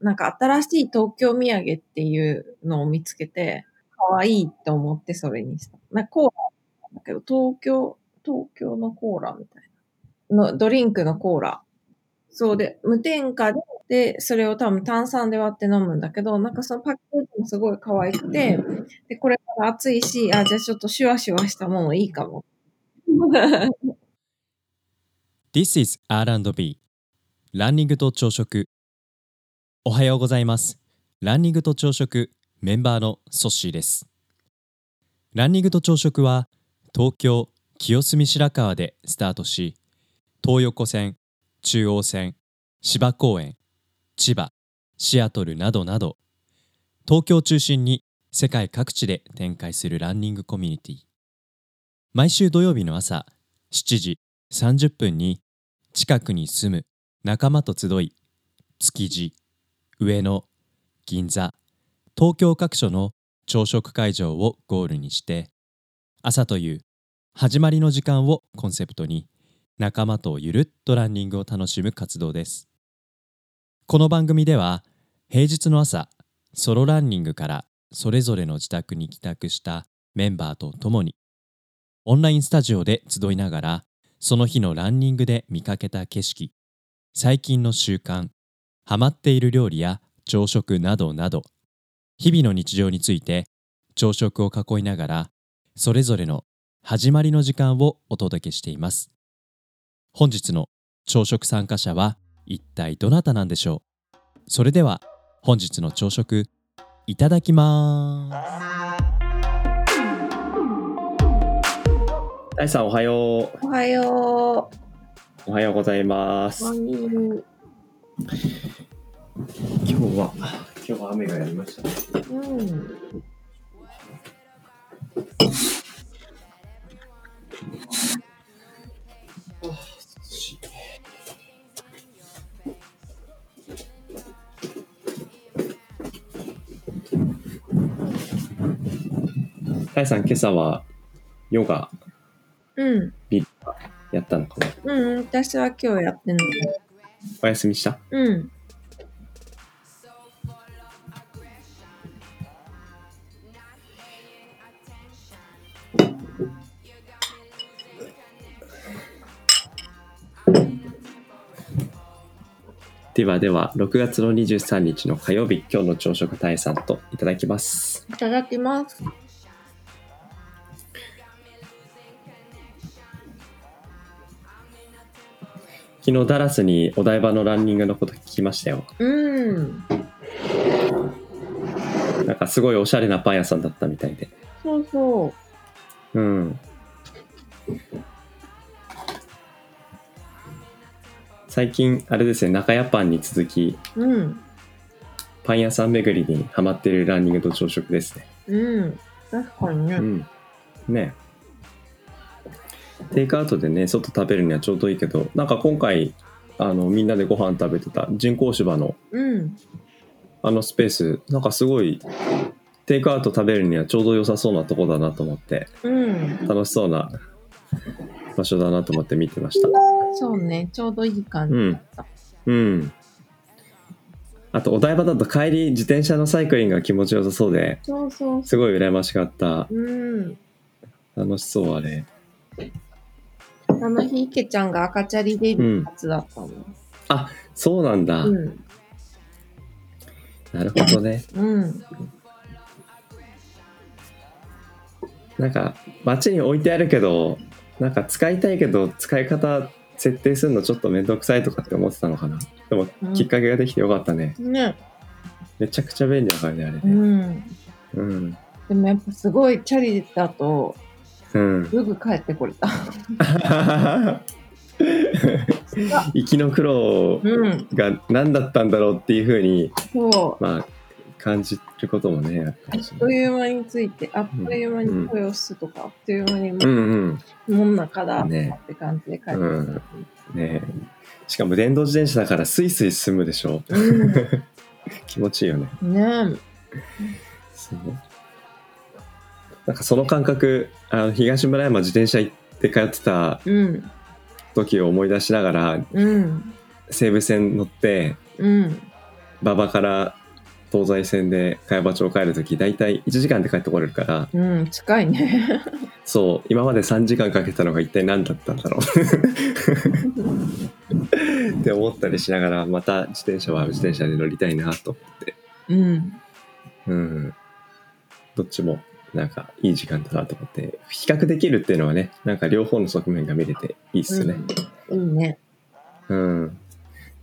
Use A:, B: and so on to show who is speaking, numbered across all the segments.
A: なんか新しい東京土産っていうのを見つけて、可愛いと思ってそれにした。なんかコーラだけど、東京、東京のコーラみたいな。の、ドリンクのコーラ。そうで、無添加で、でそれを多分炭酸で割って飲むんだけど、なんかそのパッケージもすごい可愛くて、で、これから暑いし、あ、じゃあちょっとシュワシュワしたものいいかも。
B: This is R&B ランニングと朝食おはようございますランニングと朝食メンバーのソッシーですランニングと朝食は東京清澄白河でスタートし東横線中央線芝公園千葉シアトルなどなど東京を中心に世界各地で展開するランニングコミュニティ毎週土曜日の朝7時30分に近くに住む仲間と集い築地上野銀座東京各所の朝食会場をゴールにして朝という始まりの時間をコンセプトに仲間とゆるっとランニングを楽しむ活動ですこの番組では平日の朝ソロランニングからそれぞれの自宅に帰宅したメンバーと共にオンラインスタジオで集いながらその日のランニングで見かけた景色最近の習慣ハマっている料理や朝食などなど日々の日常について朝食を囲いながらそれぞれの始まりの時間をお届けしています本日の朝食参加者は一体どなたなんでしょうそれでは本日の朝食いただきます
C: 大地さんおはよ
A: おはよ
C: うおはようございま
A: う。
C: す
A: ワンニング
C: 今日は今日は雨がやりましたね
A: うん。
C: 大地さん今朝はヨガ
A: うん。
C: やったのかな
A: うん、私は今日やってない。
C: お休みした
A: うん。
C: ではでは6月の23日の火曜日今日の朝食大地さんといただきます
A: いただきます。
C: 昨日ダラスにお台場のランニングのこと聞きましたよ
A: うん。
C: なんかすごいおしゃれなパン屋さんだったみたいで
A: そうそ
C: うん最近あれですね中屋パンに続き
A: う。うん。
C: パン屋さん巡りにハマってるランニングと朝食ですね。
A: うん。確かにね。
C: ん。ねテイクアウトでね、外食べるにはちょうどいいけど、なんか今回、あの、みんなでご飯食べてた人工芝の
A: うん。
C: あのスペース、なんかすごい、テイクアウト食べるにはちょうど良さそうなとこだなと思って、
A: うん。
C: 楽しそうな場所だなと思って見てました。
A: そうね。ちょうどいい感
C: う
A: じ。
C: ん。うん。あと、お台場だと帰り、自転車のサイクリングが気持ちよさそうで、
A: そうそうそ
C: すごい羨ましかっ
A: う。
C: た。
A: うん。
C: 楽しそうあれ
A: あの日、池ちゃんが赤チャリデビュー初だったの。
C: そうなんだ、
A: うん。
C: なるほどね
A: うん。
C: なんか街に置いてあるけどなんか使いたいけど使い方設定するのちょっと面倒くさいとかって思ってたのかなでも
A: うん
C: きっかけができてよかったね、
A: ね。
C: めちゃくちゃ便利だからねあれ
A: う
C: ね
A: ん。
C: うん
A: でもやっぱすごいチャリだと、
C: うん
A: すぐ帰ってこれた。
C: 行きの苦労
A: うん。
C: が何だったんだろうっていうふうに
A: そう。
C: まあ感じることもねあるか
A: あ
C: もし
A: っ
C: れ
A: と
C: ない
A: いう間について、あっという間に豊洲とか、あっという間にもう
C: う
A: ん門中だっ
C: ね
A: て感じで帰ってき
C: う
A: た。
C: んねしかも電動自転車だからスイスイ進むでしょ
A: う
C: 気持ちいいよね
A: ん、ね
C: そうなんかその感覚あの東村山自転車行って通ってた
A: え。うん。
C: 時を思い出しながら
A: うん。
C: 西武線乗って
A: うん。
C: 馬場から東西線で茅場町帰る時大体1時間で帰ってこれるから
A: うん、近いね。
C: そう今まで3時間かけたのが一体何だったんだろう って思ったりしながらまた自転車は自転車で乗りたいなと思って、
A: うん。
C: うん、どっちもなんかいい時間だなと思って比較できるっていうのはねなんか両方の側面が見れていいっすよね。
A: うんいいね。
C: うん。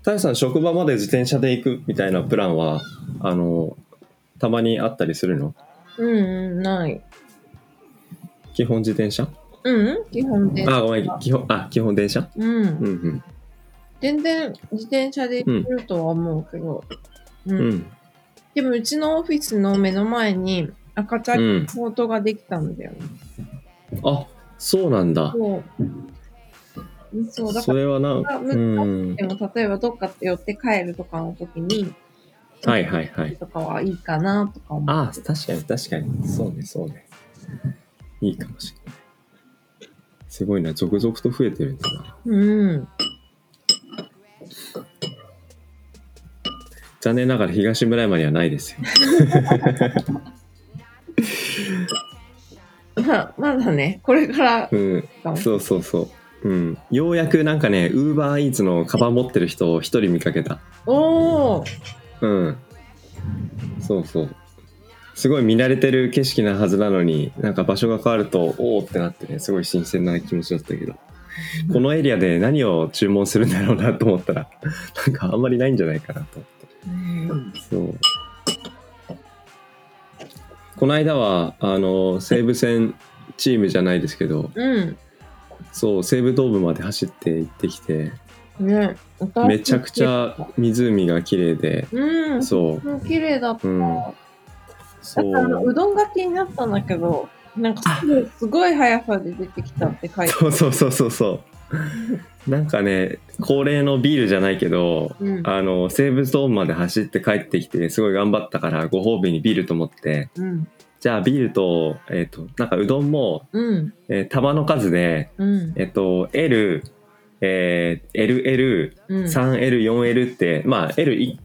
C: タイさん、職場まで自転車で行くみたいなプランは、あの、たまにあったりするの
A: うん、うん、ない。
C: 基本自転車
A: うん、基本で。
C: あ、ごめん、基本、あ、基本電車
A: う
C: うん
A: ん。全然自転車で行けるとは思うけど。う。
C: うん。うんん。
A: でも、うちのオフィスの目の前に赤チャリ
C: うん。
A: ポートができたんだよね。
C: あ、そうなんだ。
A: そう。そう、だか
C: それはな、うん。
A: ら、でも例えばどっか寄って帰るとかの時に、
C: はいはいはい。
A: とかはいいかなとか思う。
C: あ、確かに確かに。そうね、そうね。いいかもしれない。すごいな、続々と増えてるんだな。
A: うん。
C: 残念ながら東村山にはないですよ。
A: まあ、まだね、これから
C: うん。
A: かも。
C: そうそうそう。うん、ようやくなんかね、ウーバーイーツのカバン持ってる人を一人見かけた。
A: おー
C: うん。そうそう。すごい見慣れてる景色なはずなのに、なんか場所が変わると、おおってなってね、すごい新鮮な気持ちだったけど、このエリアで何を注文するんだろうなと思ったら、なんかあんまりないんじゃないかなと思って。
A: うん
C: そう。この間は、あの、西武線チームじゃないですけど、
A: うん。
C: そう、西武東部まで走って行ってきて、
A: ね、
C: めちゃくちゃ湖が綺麗で、
A: うん、
C: そ
A: もう綺麗だった。
C: う、うん、
A: だ
C: そ
A: からあのう
C: う、
A: どんが気になったんだけど、なんかすごいすごい速さで出てきたって書いて
C: そうそうそうそうそう、なんかね、恒例のビールじゃないけど、
A: うん
C: あの西武ドームまで走って帰ってきて、すごい頑張ったから、ご褒美にビールと思って、
A: うん、
C: じゃあビールと、えっ、と、なんかうどんも、
A: うん、
C: えー玉の数で、
A: うん、
C: えっ、と、L、えー、
A: うん。
C: LL3L、4L って、まあ、L1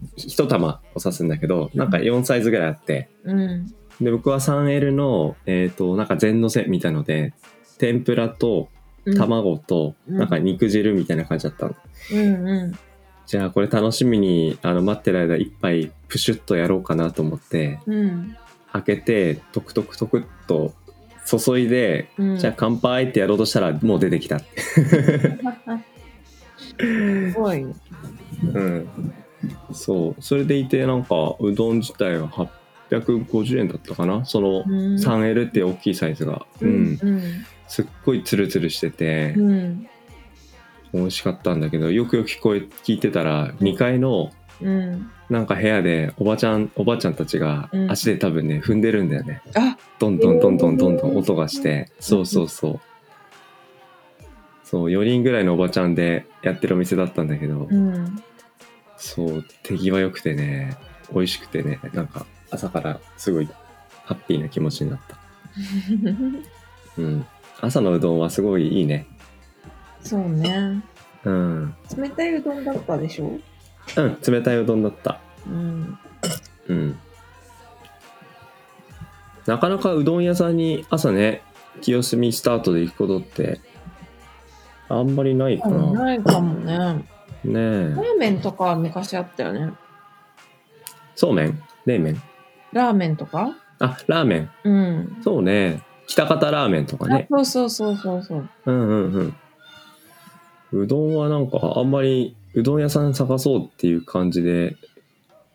C: 玉を指すんだけど、なんか4サイズぐらいあって、
A: うん、
C: で僕は 3L の、えー、となんか全のせみたいので天ぷらと
A: うん、
C: 卵と
A: うん
C: なんか肉汁みたいな感じだったの、
A: うん、う
C: じゃあこれ楽しみにあの待ってる間一杯プシュッとやろうかなと思って
A: ん、うん、
C: 開けてトクトクトクっと注いで、
A: うん。
C: じゃあ乾杯ってやろうとしたらもう出てきた、
A: すごい。
C: うん、そうそれでいてなんかうどん自体は850円だったかなその
A: うん、
C: 3L って大きいサイズが、
A: う
C: うん
A: ん、、うん、
C: すっごいツルツルしてて、
A: うん、
C: 美味しかったんだけどよくよく聞こえ聞いてたら2階の
A: うん。
C: なんか部屋でおばちゃんおばちゃんたちが
A: うん
C: 足で多分ね踏んでるんだよね、
A: あ
C: どんどんどんどんどんどん音がして、そうそうそうそう4人ぐらいのおばちゃんでやってるお店だったんだけど、
A: うん、
C: そう手際良くてね美味しくてねなんか朝からすごいハッピーな気持ちになったうん朝のうどんはすごいいいね
A: そうね。
C: うん、
A: 冷たいうどんだったでしょ
C: うん、冷たいうどんだった
A: うん。
C: うん、なかなかうどん屋さんに朝ね清澄スタートで行くことってあんまりないかなね
A: ないかもね。ラ
C: え
A: ーメンとかは昔あったよね。
C: そうめん冷麺
A: ラーメンとか
C: あラーメン
A: うん。
C: そうね北方ラーメンとかね
A: あそうそうそうそうそう。
C: うんうんうんうどんはなんかあんまりうどん屋さん探そうっていう感じで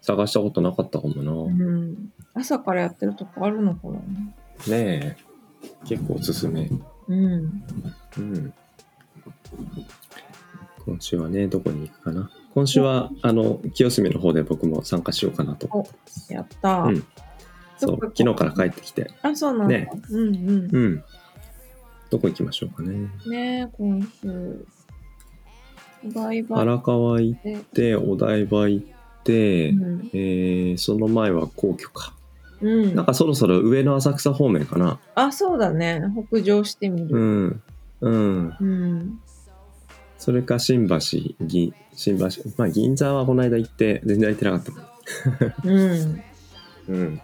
C: 探したことなかったかもな、
A: うん、朝からやってるとこあるのかな
C: ねえ結構おすすめ
A: うん。
C: うん今週はね、どこに行くかな。今週は、あの、清澄の方で僕も参加しようかなと。
A: やったー。
C: うんそ
A: ど
C: う
A: こ、
C: 昨日から帰ってきて。
A: あ、そうなんだ。
C: ね
A: うんう
C: うん。どこ行きましょうかね。
A: ん。ねえ、今週。お台場
C: 荒川行っ
A: で。
C: て、お台場行って、
A: うん。
C: えー、その前は皇居か。
A: う
C: なん
A: ん、
C: かそろそろ上の浅草方面かな。
A: あ、そうだね。北上してみ
C: う
A: る。
C: ん。うん。
A: うん。
C: それか新橋、銀、新橋。まあ銀座はこの間行って、全然行ってなかったもん。
A: うん。
C: うん。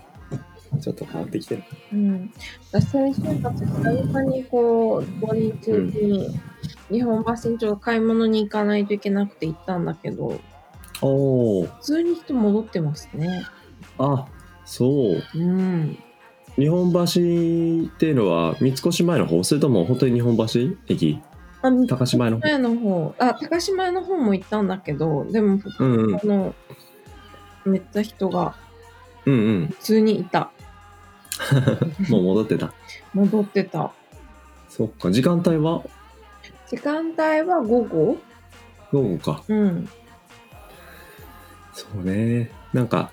C: ちょっと変わってきてる。
A: うん。私、先週末、久々にこう、ボディ中に、日本橋にちょっと買い物に行かないといけなくて行ったんだけど、
C: おお。
A: 普通に人戻ってますね。
C: あ、そう。
A: うん。
C: 日本橋っていうのは三越前の方それとも本当に日本橋駅
A: あ、
C: 高島屋の方
A: 前の方、あ、高島屋の方も行ったんだけど、でも、
C: うんうん
A: あの、めっちゃ人が
C: うんうん
A: 普通にいた。
C: もう戻ってた
A: 戻ってた。
C: そっか時間帯は
A: 時間帯は午後
C: 午後か
A: うん。
C: そうねなんか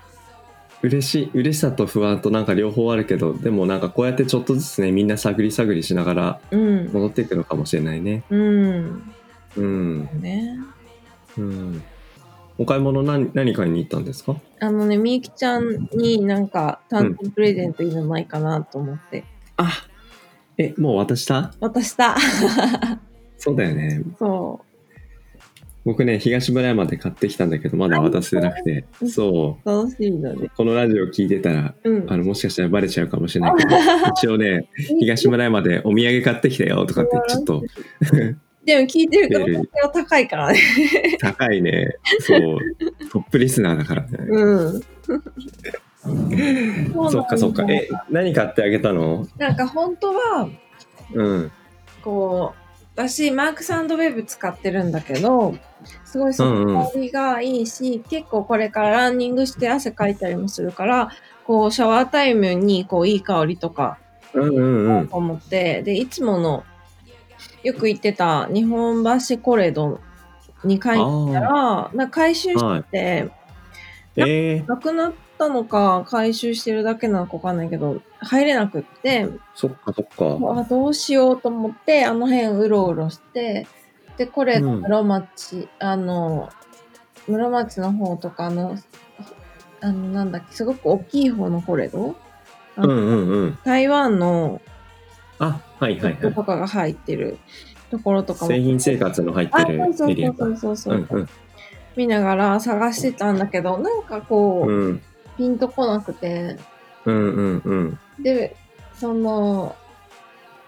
C: 嬉しい嬉しさと不安となんか両方あるけどでもなんかこうやってちょっとずつねみんな探り探りしながら
A: うん。
C: 戻っていくのかもしれないね
A: うん。
C: うん
A: ね。
C: うんお買い物何何買いに行ったんですか
A: あのね、みゆきちゃんになんか誕生日プレゼントいいのないかなと思って。
C: あえもう渡した
A: 渡 した。
C: そうだよね
A: そ
C: 僕ね東村山で買ってきたんだけどまだ渡せてなくて
A: あ
C: そ
A: う。
C: う
A: 楽しいので。
C: このラジオ聞いてたら、
A: うん
C: あ。の、もしかしたらバレちゃうかもしれないけ ど、一応ね、東村山でお土産買ってきたよとかって、ちょっと
A: でも聞いてるから、は高いからね。
C: 高いね、 そう、トップリスナーだからね。
A: うん。
C: そっかそっか。
A: うなんだ
C: え、何買ってあげたの
A: なんか本当は、
C: うん。
A: こう、私、マークサンドウェブ使ってるんだけど、すごい
C: うんうん
A: そりがいいし、結構これからランニングして汗かいたりもするから、こう、シャワータイムに、こう、いい香りとか、
C: うんうんうん。
A: と思って、で、いつもの、よく行ってた日本橋コレドに
C: あ
A: 帰っ
C: ー
A: たら、なんか回収し
C: はい。
A: て、
C: えー、
A: なくなったのか、回収してるだけなのかわかんないけど、入れなくって、
C: そっかそっか。
A: あどうしようと思って、あの辺うろうろして、で、これ、
C: うん
A: 室町、あの、室町の方とかの、あの、なんだっけ、すごく大きい方のコレド
C: うんうんうん。
A: 台湾の
C: あ、はいはいは
A: とかが入ってるところと
C: い。
A: かも。
C: 製品生活の入っ
A: あ、
C: てる
A: そう
C: エリア
A: そ
C: か
A: う。そうそう
C: う
A: そう、
C: んうん
A: 見ながら探してたんだけど、なんかこう、
C: うん
A: ピンとこなくて、
C: うんうんうん。
A: で、その、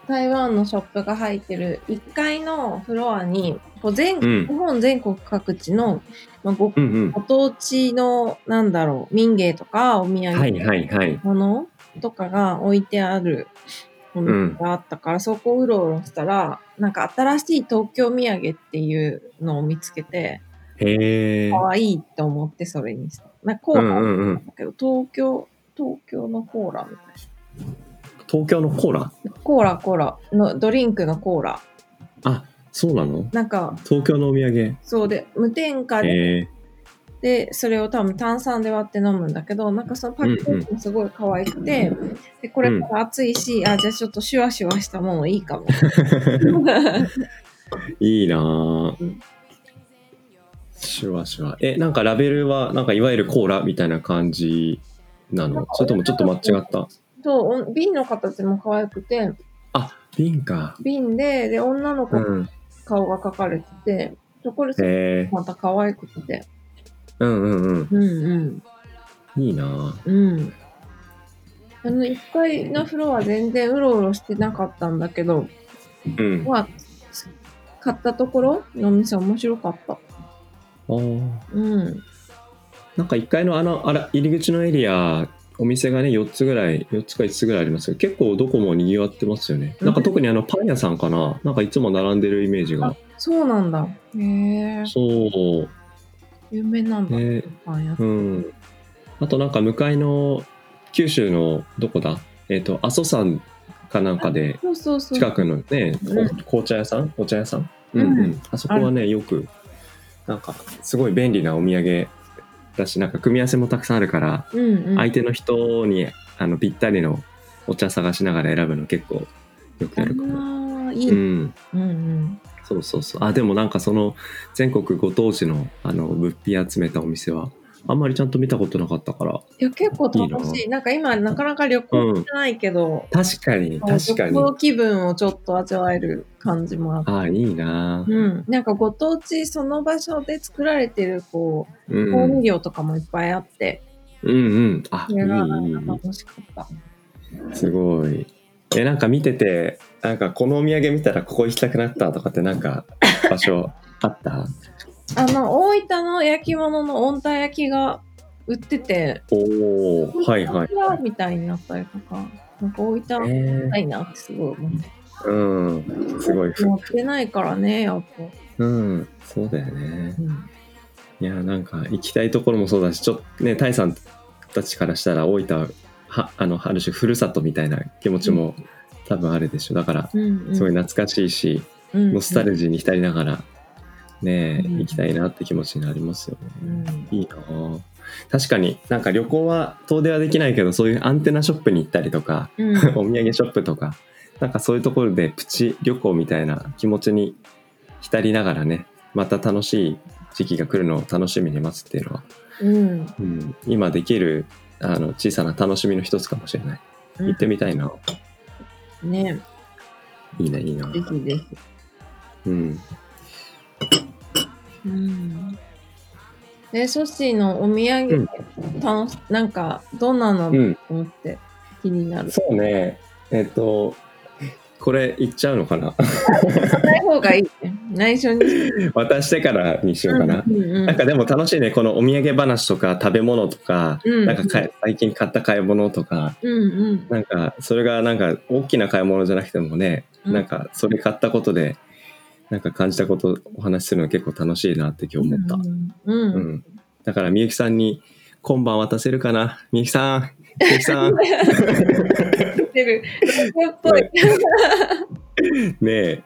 A: 台湾のショップが入ってる1階のフロアに、こう全
C: うん
A: 日本全国各地の、まあ、ご
C: うんうん。
A: ご当地の、なんだろう、民芸とかお土
C: はい
A: 産
C: はいはい。
A: 物とかが置いてあるものがあったから、そこをうろうろしたら、なんか新しい東京土産っていうのを見つけて、
C: へえ。
A: 可愛いと思ってそれにした。なんかコー
C: う
A: ラ
C: ん
A: な
C: う
A: ん
C: んうん。
A: だけど、東京、東京のコーラみたいな。
C: 東京のコーラ
A: コーラコーラのドリンクのコーラ
C: あ、そうなの
A: なんか
C: 東京のお土産。
A: そうで無添加で,、
C: え
A: でそれを多分炭酸で割って飲むんだけどなんかそのパッケージもすごい可愛くて、でこれから暑いし、あじゃあちょっとシュワシュワしたものいい かも
C: ー、いいなぁ
A: うん
C: シュワシュワ。え、なんかラベルは、なんかいわゆるコーラみたいな感じなのそれともちょっと間違った
A: とお瓶の形も可愛くて
C: あ、瓶か。
A: 瓶でで女の子
C: う
A: の
C: ん。
A: 顔が描かれてて、そこでそれ
C: へえ
A: また可愛くて
C: うんうんう
A: うんうん
C: ん。いいなぁ
A: うんあの1階のフロア全然うろうろしてなかったんだけど
C: うん。あ
A: は買ったところのお店面白かった。
C: ー
A: うん。
C: なんか1階のあの、あら、入り口のエリア、お店がね、4つぐらい、4つか5つぐらいありますけど、結構どこも賑わってますよね。なんか特にあの、パン屋さんかななんかいつも並んでるイメージが。
A: そうなんだ。へえ。
C: そう。
A: 有名なんだ。
C: ね
A: パン屋さ。
C: うんん。あとなんか向かいの九州のどこだえっ、と阿蘇山かなんかで
A: そうそうそう。
C: 近くのね、
A: うん
C: こ紅茶屋さんお茶屋さん、うんう、
A: うん
C: あそこはねよくなんかすごい便利なお土産だしなんか組み合わせもたくさんあるから、
A: うんうん。
C: 相手の人にあのぴったりのお茶探しながら選ぶの結構よくやるかも。
A: ああ、いい。
C: う
A: うん
C: ん
A: うん。
C: そうそうそう。あ、でもなんかその全国ご当地のあの物品集めたお店は、あんまりちゃんと見たことなかったから。
A: いや、結構
C: いい
A: 楽
C: な
A: しい。なんか今、なかなか旅行してないけど、
C: 確かに、確か
A: 旅。
C: に
A: 行気分をちょっと味わえる感じもあって。
C: あ、いいな
A: うん、なんかご当地その場所で作られてるこう
C: う
A: 香味
C: ん。
A: 料とかもいっぱいあって、
C: うんうん。あ、い
A: そ
C: いい
A: れが
C: いい
A: なんか楽しかった。
C: い。すごい。え、なんか見てて、なんかこのお土産見たらここ行きたくなったとかってなんか場所あった
A: あの、大分の焼き物の温帯焼きが売ってて、
C: おおはいはい。
A: みたいになったりとか、なんか大分
C: え
A: ないなってすごい思って。
C: ー、うん。すごい。ふ
A: 持ってないからね、やっぱ。
C: うん。そうだよね。
A: うん
C: いや、なんか行きたいところもそうだし、ちょっとね、タイさんたちからしたら大分は、あの、ある種ふるさとみたいな気持ちも多分あるでしょ。だから、
A: うんうん
C: すごい懐かしいし、
A: うん
C: ノスタルジーに浸りながら、ねえ、
A: うん
C: 行きたいなって気持ちになりますよ
A: う
C: ね。
A: ん
C: いいなあ確かになんか旅行は遠出はできないけど、そういうアンテナショップに行ったりとか、
A: うん
C: お土産ショップとか、なんかそういうところでプチ旅行みたいな気持ちに浸りながらね、また楽しい時期が来るのを楽しみに待つっていうのは、
A: うん。
C: うん、今できるあの小さな楽しみの一つかもしれ
A: う
C: ない。
A: ん
C: 行ってみたいな。
A: ね
C: いいな、いいな
A: ぜ。ひぜひ。
C: うん。
A: うん。で、ソッシーのお土産、楽し、なんか、どんなの
C: うん。
A: と思って気になる。
C: そうね。えっと、これ言っちゃうのかな
A: ない方がいいね。内緒にし
C: 渡してからにしようかな。
A: うんうん
C: なんかでも楽しいね。このお土産話とか食べ物とか、
A: うん
C: なんかかい最近買った買い物とか、
A: うん
C: なんかそれがなんか大きな買い物じゃなくてもね、
A: うん
C: なんかそれ買ったことで、なんか感じたことお話しするの結構楽しいなって今日思った。
A: うんう。
C: うんん。だからみゆきさんに今晩渡せるかなみゆきさんみゆきさんね
A: 言ってる。ラジオっぽい。
C: え、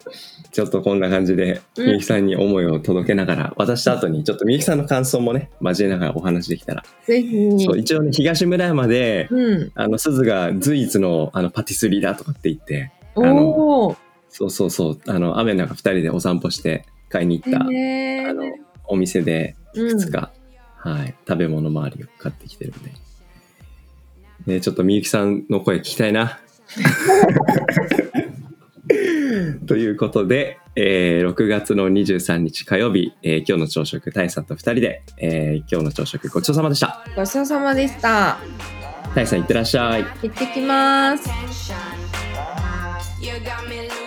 C: ちょっとこんな感じで
A: うん
C: みゆきさんに思いを届けながら渡した後にちょっとみゆきさんの感想もね交えながらお話できたら、
A: ぜひ
C: そう。一応ね東村山で
A: うん。
C: あの鈴が随一のあのパティスリーだとかって言って
A: おお。
C: そうそうそうあの雨の中2人でお散歩して買いに行った、
A: へー
C: あのお店で
A: うん
C: 2日、はい、食べ物周りを買ってきてるんで、ね、ちょっとみゆきさんの声聞きた いなということで、えー6月の23日火曜日、えー今日の朝食タイさんと2人で、えー今日の朝食ごちそうさまでした
A: ごちそうさまでした。
C: タイさんいってらっしゃい
A: 行ってきます。
D: You got me losing.